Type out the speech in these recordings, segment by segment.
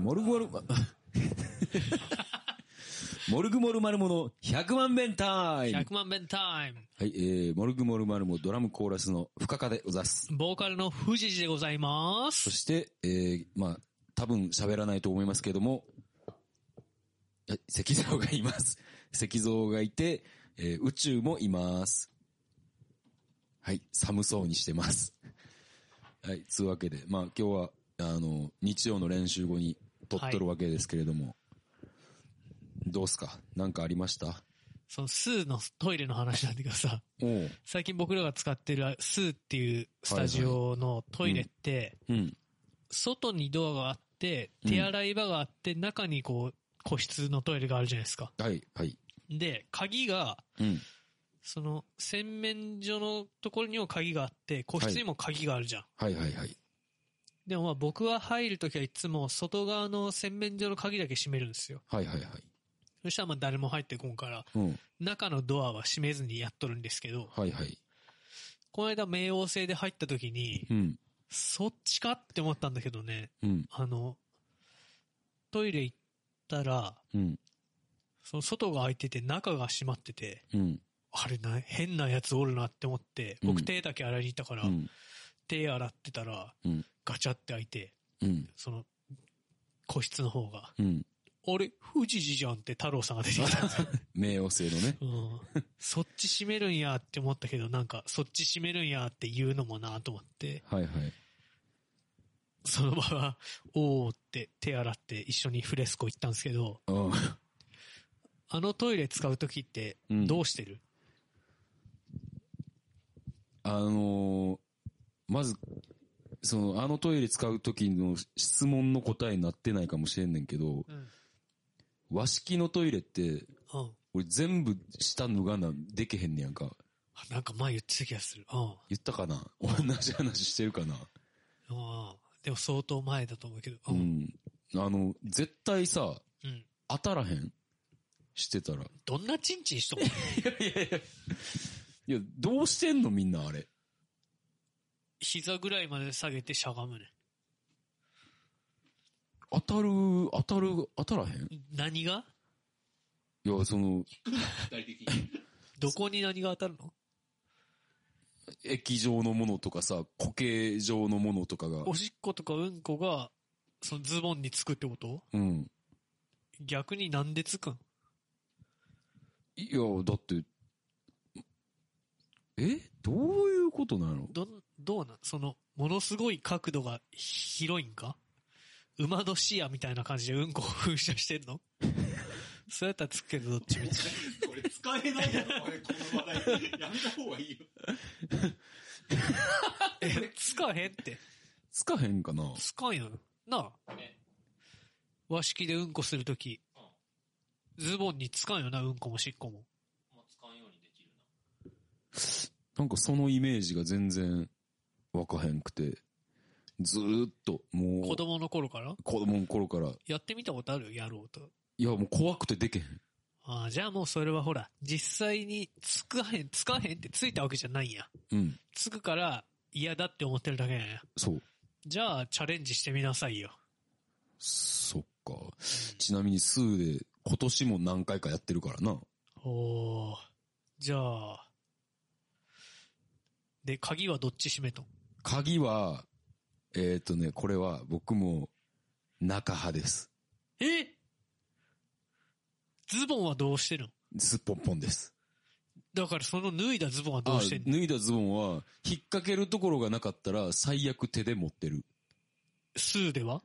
モルグモル、モルグモルマルモの100万弁タイム100万弁タイム。はい、えー、モルグモルマルモドラムコーラスの深川でございます。ボーカルの藤次でございまそす。して、えー、まあ、多分喋らないと思いますけども、はい石像がいます。 石像がいて、えー、宇宙もいます。はい、寒そうにしてます。 はい、つうわけで、まあ今日は、あの、日曜の練習後に撮っとるわけですけれども、どうすかなんかありましたそのスーのトイレの話なんだけどさ、おう。最近僕らが使ってるスーっていうスタジオのトイレって、うん。外にドアがあって、手洗い場があって、中にこう、個室のトイレがあるじゃないですか。はい、はい。で、鍵が、うん。その、洗面所のところにも鍵があって、個室にも鍵があるじゃん。はい、はい、はい。でもまあ僕は入るときはいつも外側の洗面所の鍵だけ閉めるんですよ。はい、はい、はい。そしたらまあ誰も入ってこんから、うん。中のドアは閉めずにやっとるんですけど、はい、はい。この間冥王星で入ったときにう、ん。そっちかって思ったんだけどね、うん。あの、トイレ行ったら、うん。その外が開いてて中が閉まってて、うん。あれな、変なやつおるなって思って、う僕ん手だけ洗いに行ったから、うん。手洗ってたら、うん。ガチャって開いて、うん。その、個室の方が、うん。あれ、富士寺じゃんって太郎さんが出てきた。冥王星のね。うん、 そっち閉めるんやって思ったけど、なんか、そっち閉めるんやって言うのもなと思って、はいはい。その場は、 おーって手洗って一緒にフレスコ行ったんですけど、うん。あのトイレ使うときって、うんどうしてる、あのー、まず、その、あのトイレ使う時の質問の答えになってないかもしれんねんけど、うん和式のトイレって、うん。俺全部下脱がな、でけへんねやんか。あなんか前言ってた気がする。うん。言ったかな同じ話してるかなうん。でも相当前だと思うけど。う。うんん。あの、絶対さ、うん。当たらへんしてたら。いどんなチンチンしとくの や、どうしてんのみんなあれ。膝ぐらいまで下げてしゃがむね。当たる、当たる、当たらへん何がいや、その、どこに何が当たるの液状のものとかさ、固形状のものとかが。おしっことかうんこが、そのズボンにつくってことうん。逆になんでつくんいや、だって、えどういうことなのどん、どうなんその、ものすごい角度が広いんか馬の視野みたいな感じでうんこを噴射して んのそうやったらつくけどどっちみち。これ使えないだろ、これ、この話題。やめた方がいいよ。 え、つかへんって。つかへんかなつかんよ。なあ。和式でうんこするとき、ズボンにつかんよな、うんこもしっこも。もう使うようにできるな。なんかそのイメージが全然わかへんくて。ずーっと、もう、子供の頃から子供の頃から、やってみたことあるやろうと。いや、もう怖くてでけへん。ああ、じゃあもうそれはほら、実際につかへん、つかへんってついたわけじゃないんや。うん、つくから嫌だって思ってるだけなんや。そう。じゃあチャレンジしてみなさいよ。そっか。ちなみにスーで今年も何回かやってるからな。おー。じゃあ。で、鍵はどっち閉めとん鍵は、えっ、ー、とね、これは僕も中派です。えズボンはどうしてるのすっぽんぽんです。だからその脱いだズボンはどうしてんの脱いだズボンは、引っ掛けるところがなかったら最悪手で持ってる。スーでは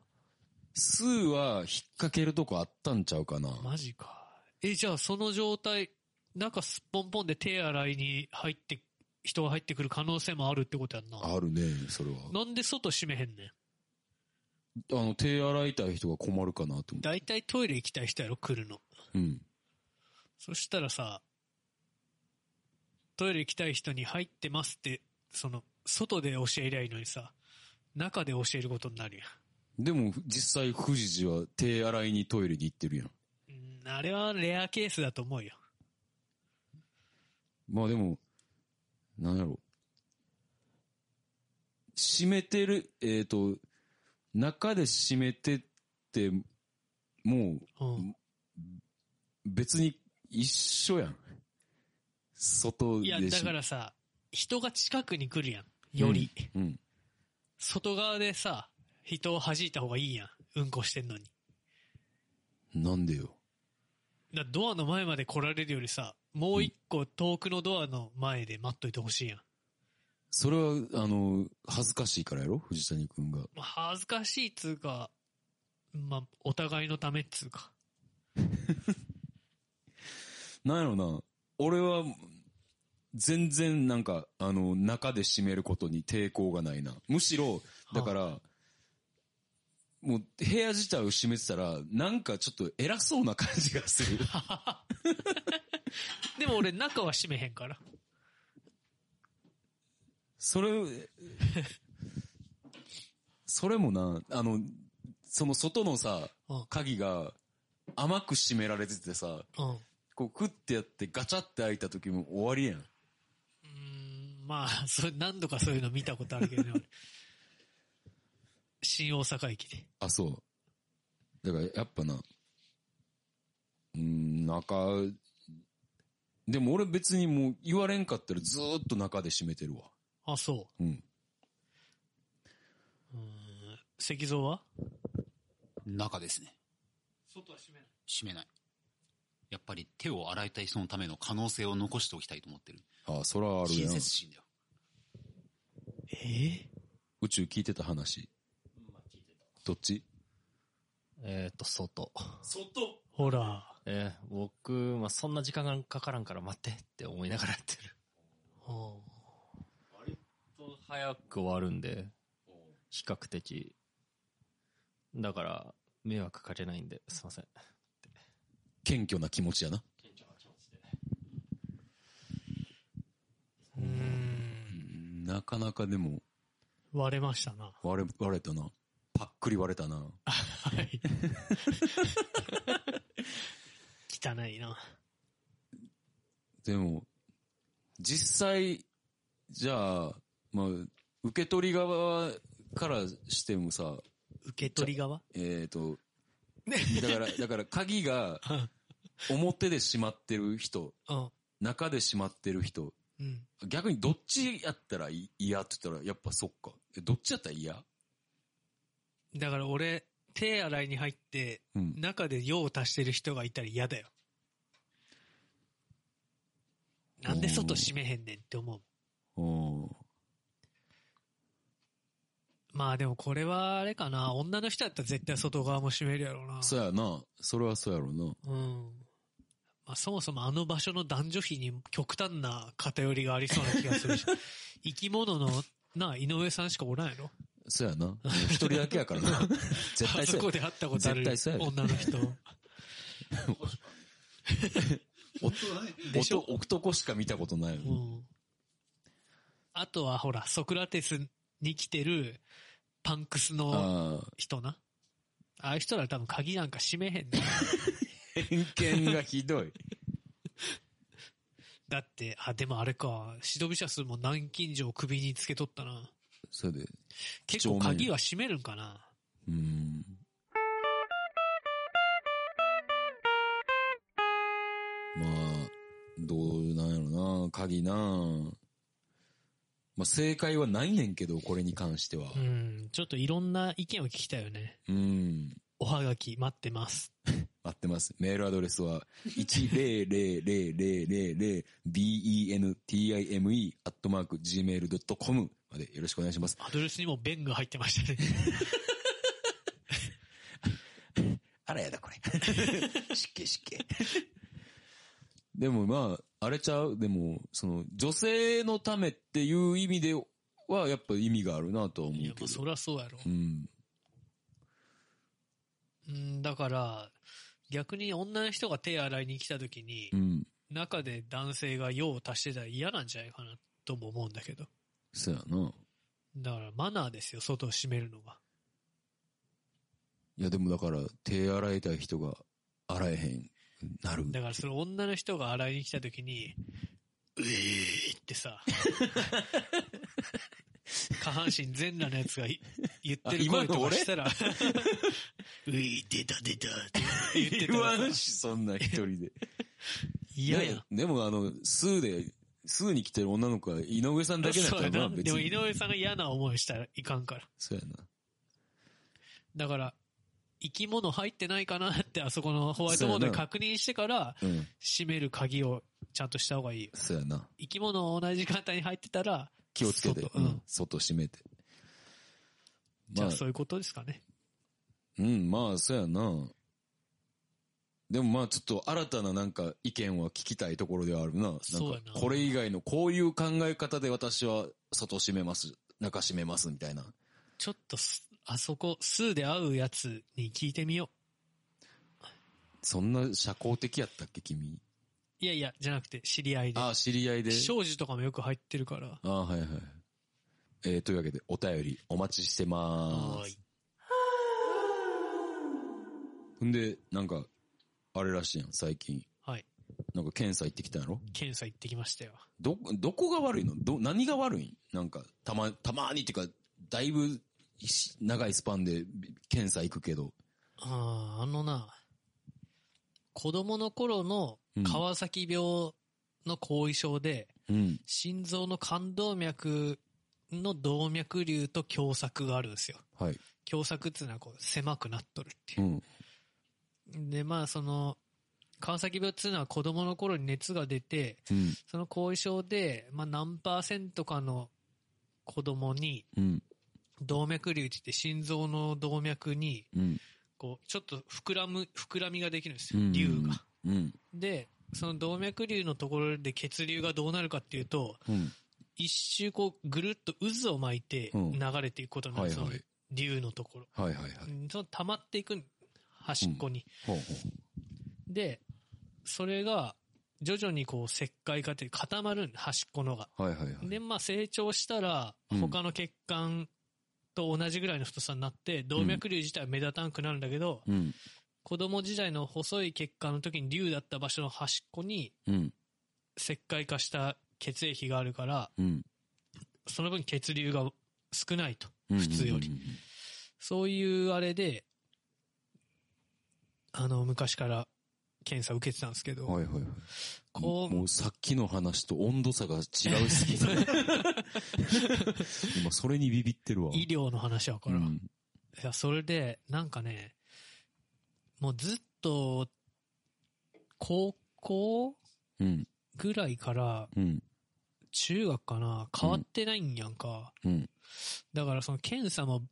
スーは引っ掛けるとこあったんちゃうかな。マジか。え、じゃあその状態、中すっぽんぽんで手洗いに入って、人が入ってくる可能性もあるってことやんな。あるね、それは。なんで外閉めへんねん。あの、手洗いたい人が困るかなと思だいたいトイレ行きたい人やろ、来るの。う。うん。そしたらさ、トイレ行きたい人に入ってますって、その、外で教えりゃいいのにさ、中で教えることになるやでも、実際、富士寺は手洗いにトイレに行ってるやん。ん。うんあれはレアケースだと思うよ。まあでも、なんやろ。閉めてる、えっ、と、中で閉めてって、もううん。別に一緒やん。外いや、でだしからさ、人が近くに来るやん。より。うん。外側でさ、人を弾いた方がいいやん。うんこしてんのに。なんでよ。だドアの前まで来られるよりさ、もう一個遠くのドアの前で待っといてほしいやん。それは、あの、恥ずかしいからやろ藤谷くんが。まあ、恥ずかしいっつうか、まあ、お互いのためっつうか。なんやろな。俺は、全然なんか、あの、中で締めることに抵抗がないな。むしろ、だから、もう部屋自体を閉めてたら、なんかちょっと偉そうな感じがする。でも俺中は閉めへんから。それ、それもな、あの、その外のさうん、鍵が甘く閉められててさ、うん。うこうクッてやってガチャって開いた時も終わりやん。ーん、まあ、それ何度かそういうの見たことあるけどね、 俺新大阪駅で。あ、そう。だからやっぱな、うーん、中、でも俺別にもう言われんかったらずーっと中で閉めてるわ。あ、そうん。う。うーん。石像は中ですね。外は閉めない。閉めない。やっぱり手を洗いたい人のための可能性を残しておきたいと思ってる。あそらある親やん。切心だよ。え宇宙聞いてた話。どっちえっ、と、外。外ほら。えー僕、まあ、そんな時間がかからんから待ってって思いながらやってる。うんと早く終わるんで、比較的。だから、迷惑かけないんで、すいません。謙虚な気持ちやな。うーん。なかなかでも、割れましたな。割れ、割れたな。パックリ割れたな。はい。汚いな。でも、実際、じゃあ、まあ、受け取り側からしてもさ、受け取り側えっ、と、だから、だから鍵がうん表で閉まってる人、うん。中で閉まってる人、うん。逆にどっちやったらい嫌って言ったら、やっぱそっか。えどっちやったら嫌だから俺、手洗いに入って、うん。中で用を足してる人がいたら嫌だよ。なんで外閉めへんねんって思う。おーまあでもこれはあれかな。女の人だったら絶対外側も閉めるやろうな。そうやな。それはそうやろうな。うん。まあそもそもあの場所の男女比に極端な偏りがありそうな気がす るし。生き物の、な、井上さんしかおらんやろそうやな。一人だけやからな。絶あ対そそうこや。で会ったことある絶対そうやで女の人。でしょ男男しか見たことないよね。 うん。あとはほら、ソクラテスに来てるパンクスのああ、人な。ああいう人ら多分鍵なんか閉めへんね 偏見がひどい。だって、あ、でもあれか、シドビシャスも南京錠を首につけとったな。 それで、結構鍵は閉めるんかな。うーん。まあ、どうなんやろな、鍵な。まあ正解はないねんけど、これに関してはう。ん、ちょっといろんな意見を聞きたいよね。うん。おはがき待ってます。待ってます。メールアドレスは、1000000bentime.gmail.com までよろしくお願いします。アドレスにもベンが入ってましたね。あらやだ、これ。湿気湿気。でもまあ、あれちゃうでも、その、女性のためっていう意味では、やっぱ意味があるなとは 思いうや、けまあそど。りゃそうやろ。うん。うん、だから、逆に女の人が手洗いに来た時に、うん。中で男性が用を足してたら嫌なんじゃないかなとも思うんだけど。そうやな。だからマナーですよ、外を閉めるのが。いや、でもだから、手洗いたい人が洗えへん、なる。だからその女の人が洗いに来た 時に、うえーってさ、か半身全裸のやつがい言ってある今の声とかしたら、 うい、出た出たって言ってた言わらんし、そんな一人で。嫌ねや。でもあの、スーで、スーに来てる女の子は井上さんだけだったそうらやまあな。別でも井に。上さんが嫌な思いしたらいかんから。そうやな。だから、生き物入ってないかなってあそこのホワイトボードでそうやな確認してから、うん。閉める鍵をちゃんとした方がいいよ。そうやな。生き物同じ時間帯に入ってたら、気をつけて。外ううんん。外閉めて。じゃあそういうことですかね。うん、まあ、そうやな。でもまあちょっと新たななんか意見は聞きたいところではあるな。なんかそうやなこれ以外のこういう考え方で私は外閉めます、中閉めますみたいな。ちょっとす、あそこ、数で会うやつに聞いてみよそんな社交的やったっけ君。う。いやいや、じゃなくて、知り合いで。ああ、知り合いで。少女とかもよく入ってるから。ああ、はいはい。えー、というわけでお便りお待ちしてまはーーすい。んで、なんか、あれらしいやん、最近。はい。なんか検査行ってきたんやろ検査行ってきましたよ。ど、どこが悪いのど、何が悪いんなんか、たま、たまにっていうか、だいぶし、長いスパンでび検査行くけど。ああ、あのな、子供の頃のうん川崎病の後遺症で、うん。心臓の冠動脈の動脈瘤と狭窄があるんですよ。はい。狭窄っていうのはこう狭くなっとるっていうう。ん。で、まあその、川崎病っていうのは子供の頃に熱が出て、うん。その後遺症で、まあ何パーセントかの子供にうん。動脈瘤って言って心臓の動脈に、うん。こう、ちょっと膨らむ、膨らみができるんですうよん。瘤が。うん。で、その動脈瘤のところで血流がどうなるかっていうと、うん。一周こうぐるっと渦を巻いてうん流れていくことになはる、いそはのい。竜のところ。はいはいはい。うんその溜まっていくん端っこに。ほうほで、それが徐々にこう石灰化っていう固まるん端っこのが。う。はいはいはい。で、まあ成長したらうん他の血管と同じぐらいの太さになって、動脈瘤自体は目立たなくなるんだけど、うん。子供時代の細い血管の時に竜だった場所の端っこにうん。石灰化した血液があるから、うん。その分血流が少ないと。うん普通より。そういうあれで、あの、昔から検査受けてたんですけど、はいはいはい。こうもうさっきの話と温度差が違いすぎた。 今それにビビってるわ。医療の話やから、ういんや、それで、なんかね、もうずっと、高校うん。ぐらいから、うん。中学かな、変わってないんやんか。うん。だからその検査も、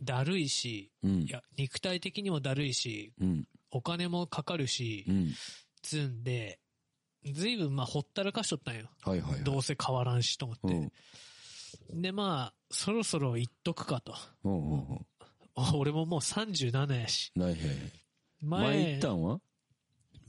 だるいし、うんい。や、肉体的にもだるいし、うん。お金もかかるしう、ん。つんで、ずいぶんまあほったらかしとったんよ。はいはいはい。どうせ変わらんしと思うっんて。でまあ、そろそろ行っとくかと。 うんうんうん。俺ももう37やし。ないへ前、前行ったんは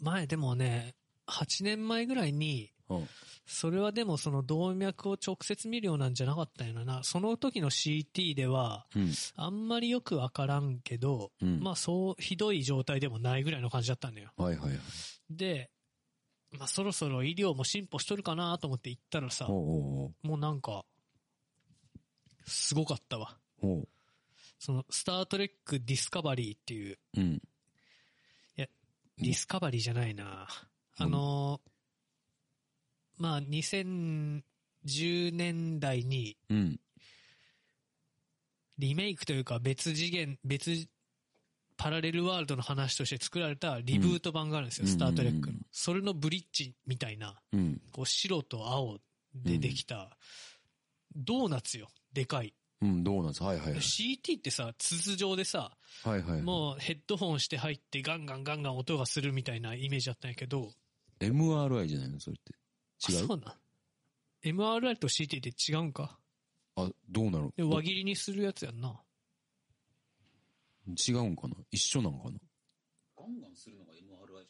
前でもね、8年前ぐらいに、うん。それはでもその動脈を直接見るようなんじゃなかったんやな。その時の CT では、うん。あんまりよくわからんけど、うん。まあそう、ひどい状態でもないぐらいの感じだったんだよ。はいはいはい。で、まあそろそろ医療も進歩しとるかなと思って行ったらさ、おうもうなんか、すごかったわ。おうおうおうその、スタートレックディスカバリーっていう、うん。ディスカバリーじゃないな。うんあのー、まあ、2010年代にうん。リメイクというか別次元、別、パラレルワールドの話として作られたリブート版があるんですよ、うんスタートレックうんうんうのん。それのブリッジみたいな、うん。こう白と青でできた、ドーナツよ、でかい。うん。どうなんですはいはいはい。 CT ってさ、筒状でさ、はいはい。う。もうヘッドホンして入ってガンガンガンガン音がするみたいなイメージだったんやけど、 MRI じゃないのそれって。違あうそうなん。MRI と CT って違うんか。あ、どうなので輪切りにするやつやんな。違うんかな一緒なんかなガンガンするのが MRI じゃなかっ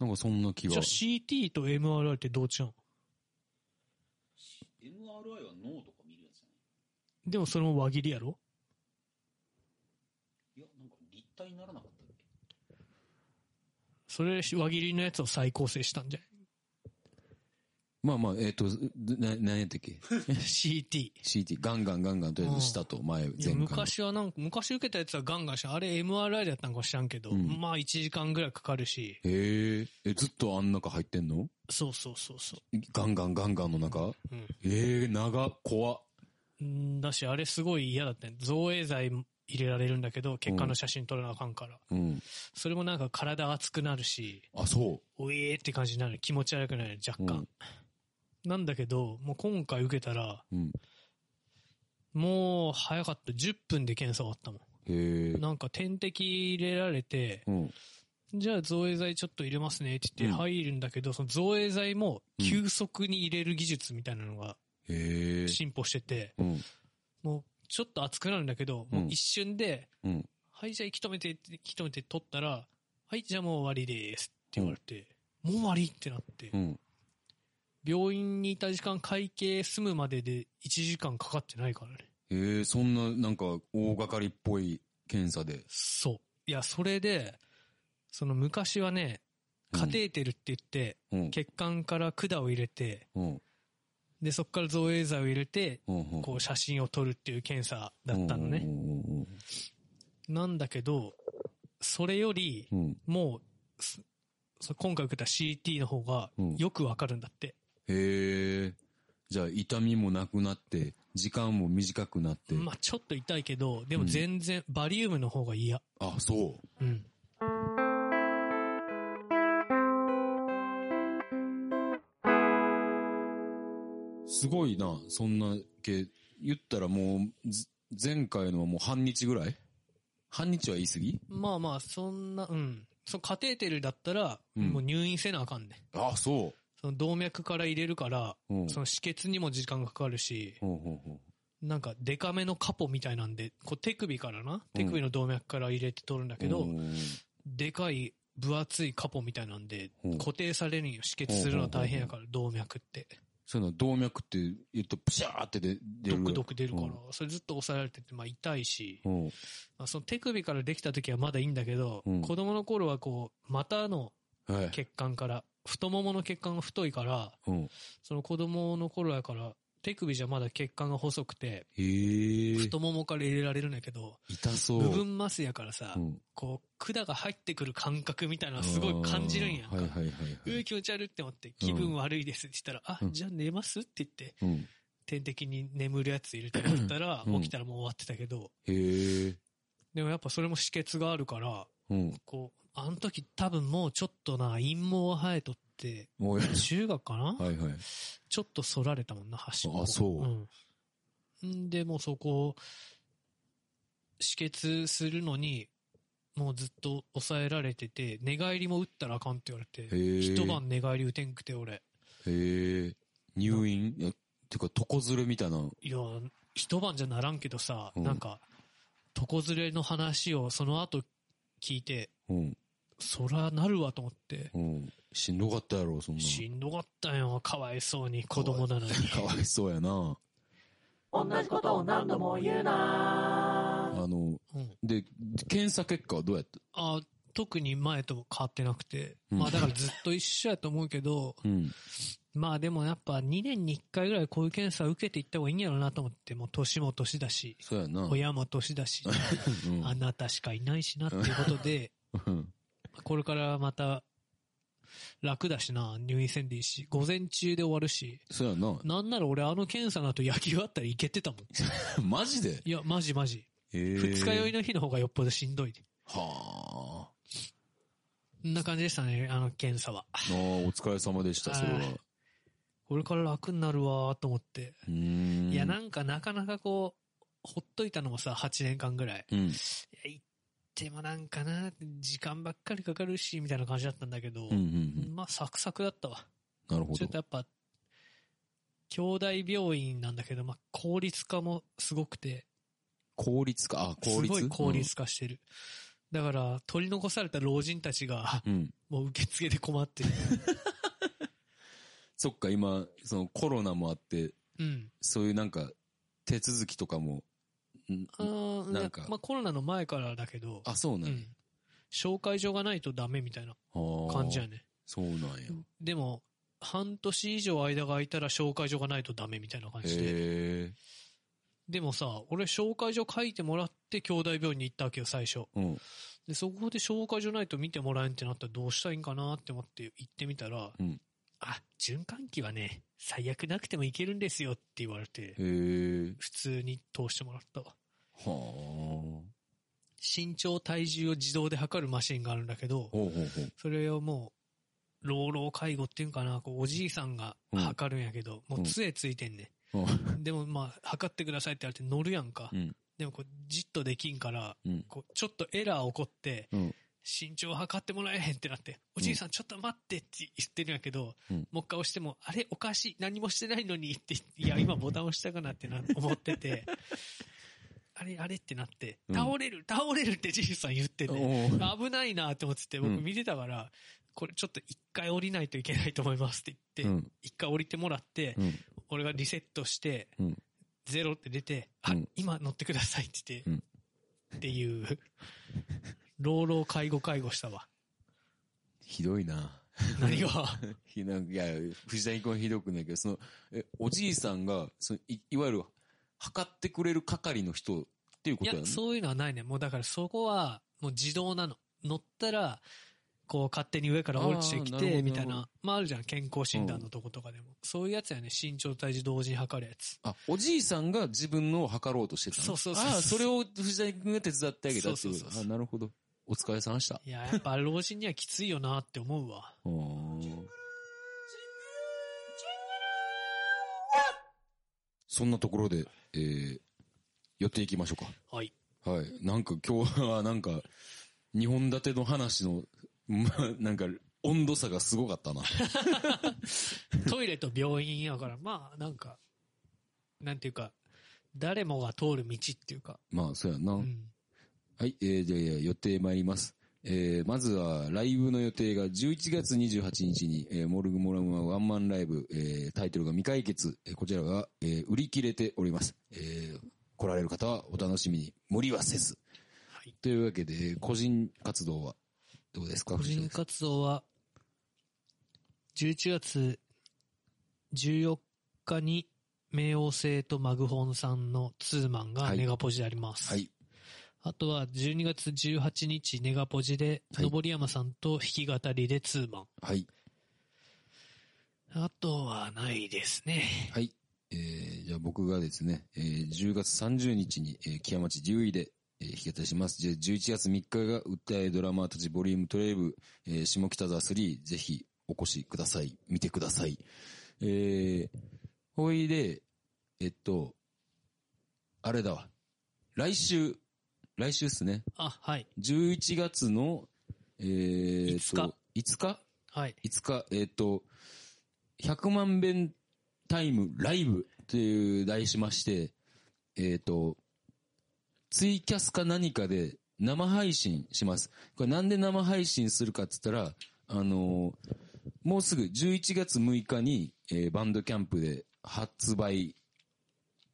なんかそんな気じはゃあ。CT と MRI ってどう違うのた ?MRI は脳とか見るやつじゃないでもそれも輪切りやろいや、なんか立体にならなかったっけそれ輪切りのやつを再構成したんじゃないまあまあ、えっ、と、な、何やったっけ CT。 ?CT、ガンガンガンガンとりあえずしたと、前、いや前回の。昔はなんか、昔受けたやつはガンガンした。あれ MRI だったのか知らんけど、うんまあ1時間ぐらいかかるし、へえ、え、ずっとあん中入ってんのそうそうそうそガンガンガンガンの中う。うんええ長、怖っ。うんだし、あれすごい嫌だったね。造影剤入れられるんだけど、血管の写真撮らなあかんから。うん。それもなんか体熱くなるし、あ、そう。おえーって感じになる。気持ち悪くなる、若う干ん。なんだけど、もう今回受けたら、うん。もう早かった。10分で検査終わったもへえん。。なんか点滴入れられて、うん。じゃあ造影剤ちょっと入れますねって言っうてん入るんだけど、その造影剤も急速に入れる技術みたいなのがへえ。進歩してて、うん。もうちょっと熱くなるんだけど、うんもう一瞬で、うん。はい、じゃあ息止めて、息止めて取ったら、はい、じゃあもう終わりですって言われて、もう終わりってなってう、ん。病院にいた時間会計済むまでで1時間かかってないからね。へえ、そんな、なんか、大掛かりっぽい検査で。そう。いや、それで、その昔はね、カテーテルって言って、うん。血管から管を入れて、うん。で、そこから造影剤を入れて、うん。うんこう写真を撮るっていう検査だったのうね。んうんなんだけど、それより、うんうん。もうす、そ今回受けた CT の方がうんよくわかるんだって。へえ。じゃあ、痛みもなくなって、時間も短くなって。まあちょっと痛いけど、でもうん全然、バリウムの方が嫌。あ、そう。うん。すごいな、そんなけ、言ったらもう、ず前回のはもう半日ぐらい半日は言い過ぎまあまあ、そんな、うん。そのカテーテルだったら、うんもう入院せなあかんね。あ、そその動脈から入れるから、う。うん。その止血にも時間がかかるし、ほうほうほなんかデカめのカポみたいなんで、こう手首からな、手首の動脈から入れて取るんだうけど、うんうんでかい分厚いカポみたいなんで、うん固定されるんよ。止血するの大変やから、動脈って。そういうの動脈って言うと、プシャーってで出ドる。クドク出るからうん、それずっと押さえられてて、まあ痛いし、うん。まあその手首からできた時はまだいいんだけど、うん子供の頃はこう、股のはい。血管から、太ももの血管が太いから、うん。その子供の頃やから、手首じゃまだ血管が細くて、へえ。太ももから入れられるんだけど、痛そう。部分麻酔やからさ、うんこう、管が入ってくる感覚みたいなのはすごい感じるんやんか。はいはいはうい、はーい。気持ち悪いって思って、気分悪いですって言ったら、うあ、んじゃあ寝ますって言って、うん。点滴に眠るやつ入れてもらったら、うん起きたらもう終わってたけど、へえ。でもやっぱそれも止血があるから、うん。こう、あの時多分もうちょっとな、陰毛が生えとって、おい。中学かな、はいはい。ちょっと反られたもんな、端っこあそうん。んで、もうそこ、止血するのに、もうずっと抑えられてて、寝返りも打ったらあかんって言われて、ー一晩寝返り打てんくて、俺。へえ。入院えてか、床ずれみたいな。いや、一晩じゃならんけどさ、うんなんか、床ずれの話をその後聞いて、うん。そらなるわと思って、うん。しんどかったやろ、そんな。しんどかったよ、かわいそうに、子供なのに。かわいそうやな。同じことを何度も言うなあの、うん、で、検査結果はどうやったあ特に前と変わってなくて、うんまあだからずっと一緒やと思うけど、うん。まあでもやっぱ2年に1回ぐらいこういう検査受けていった方がいいんやろうなと思って、もう年も年だし、そうやな。親も年だし、うんあなたしかいないしなっていうことで、うんこれからまた楽だしな、入院せんでいいし、午前中で終わるし、そうやな。なんなら俺あの検査の後野球あったらいけてたもん。マジでいや、マジマジ。二二日酔いい。の日の方がよっぽどしんどい。はあ。こんな感じでしたね、あの検査は。ああ、お疲れ様でした、それはは。いこれから楽になるわーと思って。うーん。いや、なんかなかなかこう、ほっといたのもさ、8年間ぐらい。うん。いや、行ってもなんかな、時間ばっかりかかるし、みたいな感じだったんだけうんど、うんうん。まあ、サクサクだったわ。なるほちょどっと。やっぱ、兄弟病院なんだけど、まあ、効率化もすごくて、効率か。あ、す効率ごい効率化してる。だから、取り残された老人たち が、うん。うんもう受付で困ってる。そっか、今、そのコロナもあって、うん。そういう なんか、手続きとかも。うんあーなんかまあ、コロナの前からだけど、あ、そううなんやん。紹介状がないとダメみたいなあー感じやね。そうなんや。でも、半年以上間が空いたら紹介状がないとダメみたいな感じで。へえ。でもさ、俺紹介状書いてもらって兄弟病院に行ったわけよ、最初。うん。で、そこで紹介状ないと見てもらえんってなったらどうしたらいいんかなって思って行ってみたら、うんあ、循環器はね、最悪なくてもいけるんですよって言われて、へえ。普通に通してもらったわ。はあ。ほ身長、体重を自動で測るマシンがあるんだけどう、ほうほう。それをもう、老老介護っていうんかな、こうおじいさんが測るんやけど、もう杖ついてんね。うんでもまあ、測ってくださいって言われて乗るやんか。うんでもこう、じっとできんから、うんこうちょっとエラー起こって、うん身長測ってもらえへんってなって、おじいさんちょっと待ってって言ってるんやけど、うんもう一回押しても、あれおかしい、何もしてないのにって、いや、今ボタン押したかなってな思っ てて、あれあれってなって、うん倒れる、倒れるってじいさん言ってね、 おう危ないなって思ってて、僕うん見てたから、これちょっと一回降りないといけないと思いますってう言って、ん。一、回降りてもらって、うん。俺がリセットして、うんゼロって出て、うあん、今乗ってくださいってう言っんて、っていう、老老介護介護したわ。ひどいな。 何がひなんかいや、藤谷君はひどくないけど、その、え、おじいさんが、そのい、いわゆる、測ってくれる係の人っていうこいとややね。、そういうのはないね。もうだからそこは、もう自動なの。乗ったら、こう勝手に上から落ちてきあーなるほどて、みたいなるな。まああるじゃん、健康診断のとことかでも。そういうやつやね、身長体重同時に測るやつ。あ、おじいさんが自分のを測ろうとしてたのそうそうそうああ、それを藤谷君が手伝ってあげたってそいうう。そうそうそうあ、なるほど。お疲れさんでした。いや、やっぱ老人にはきついよなって思うわ。うーんそんなところで、えー、寄っていきましょうか。はい。はい。なんか今日は なんか、二本立ての話の、 まあ、なんか、温度差がすごかったな。 トイレと病院やから、まあ、なんか、なんていうか、誰もが通る道っていうか。まあ、そうやな。うん。はい、えー、じゃあ予定参ります。えー、まずは、ライブの予定が11月28日に、えー、モルグモラムはワンマンライブ、えー、タイトルが未解決、えー、こちらが、えー、売り切れております。えー、来られる方はお楽しみに。無理はせず。はいというわけで、えー個人活動は、どうですか個人活動は、11月14日に、冥王星とマグホンさんのツーマンがはいネガポジであります。はい。あとは12月18日ネガポジで、はい登山さんと弾き語りでツーマン。はい。あとはないですね。はい。えー、じゃあ僕がですね、えー、10月30日に、えー、木屋町10位で、えー、弾き語りします。じゃあ11月3日が歌えドラマーたちボリューム12、えー、下北沢3、ぜひお越しください。見てください。えー、ほいで、えっと、あれだわ。来週、来週っすね。あ、はい。 11月の、えー、 5と、5日はい。 5日、えっ、と、100万遍タイムライブという題しまして、えっ、と、ツイキャスか何かで生配信します。これなんで生配信するかって言ったら、あのーもうすぐ11月6日に、えーバンドキャンプで発売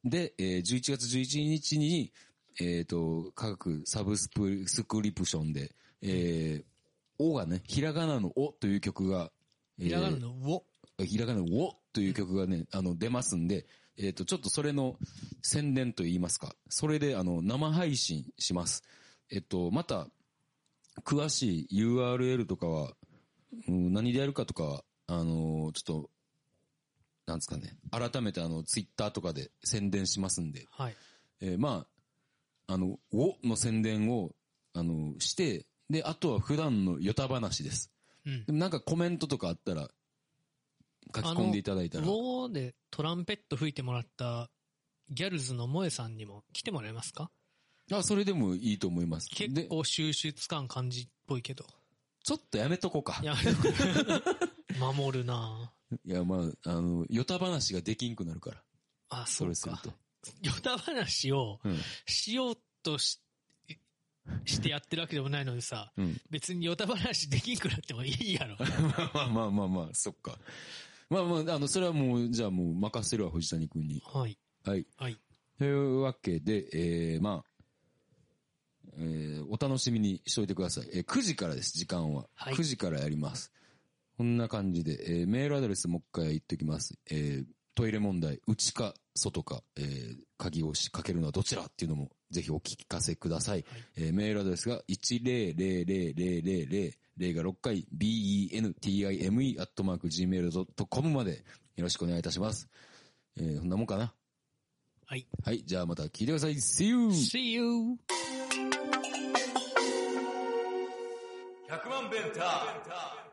で、えー11月11日に、えっ、と、各サブスプスクリプションで、えーおがね、ひらがなのおという曲が、えーひらがなのを、ひらがなのおという曲がね、あの、出ますんで、えっ、と、ちょっとそれの宣伝といいますか、それであの、生配信します。えっ、と、また、詳しい URL とかは、うん何でやるかとかは、あのちょっと、なんですかね、改めてあの、ツイッターとかで宣伝しますんで、はい。えーまあ、あの、おの宣伝を、あの、して、で、あとは普段のヨタ話です。うんで。もなんかコメントとかあったら、書き込んでいただいたら。ローでトランペット吹いてもらったギャルズの萌えさんにも来てもらえますかあ、それでもいいと思います。結で、構収集つかん感じっぽ いけど。ちょっとやめとこうか。いや、守るなぁいや、まあ、あの、ヨタ話ができんくなるから。あ、そそうれするか。と。 ヨタ話をうん。しようとし、してやってるわけでもないのでさ、うん。別にヨタ話できんくなってもいいやろ。 まあまあまあまあ、そっか。まあまあ、あの、それはもう、じゃあもう任せるわ、藤谷君に。はい。はい。はい。というわけで、えー、まあ、えー、お楽しみにしておいてください。えー、9時からです、時間は。はい9時からやります。こんな感じで、えーメールアドレスもう一回言っておきます。えートイレ問題、内か外か、えー鍵をしかけるのはどちらっていうのも、ぜひお聞かせください。えーメールアドレスが、1000000、0が6回、bentime.gmail.com まで、よろしくお願いいたします。えー、そんなもんかな。はい。はい、じゃあまた聞いてください。See you! See you! 100万ベンター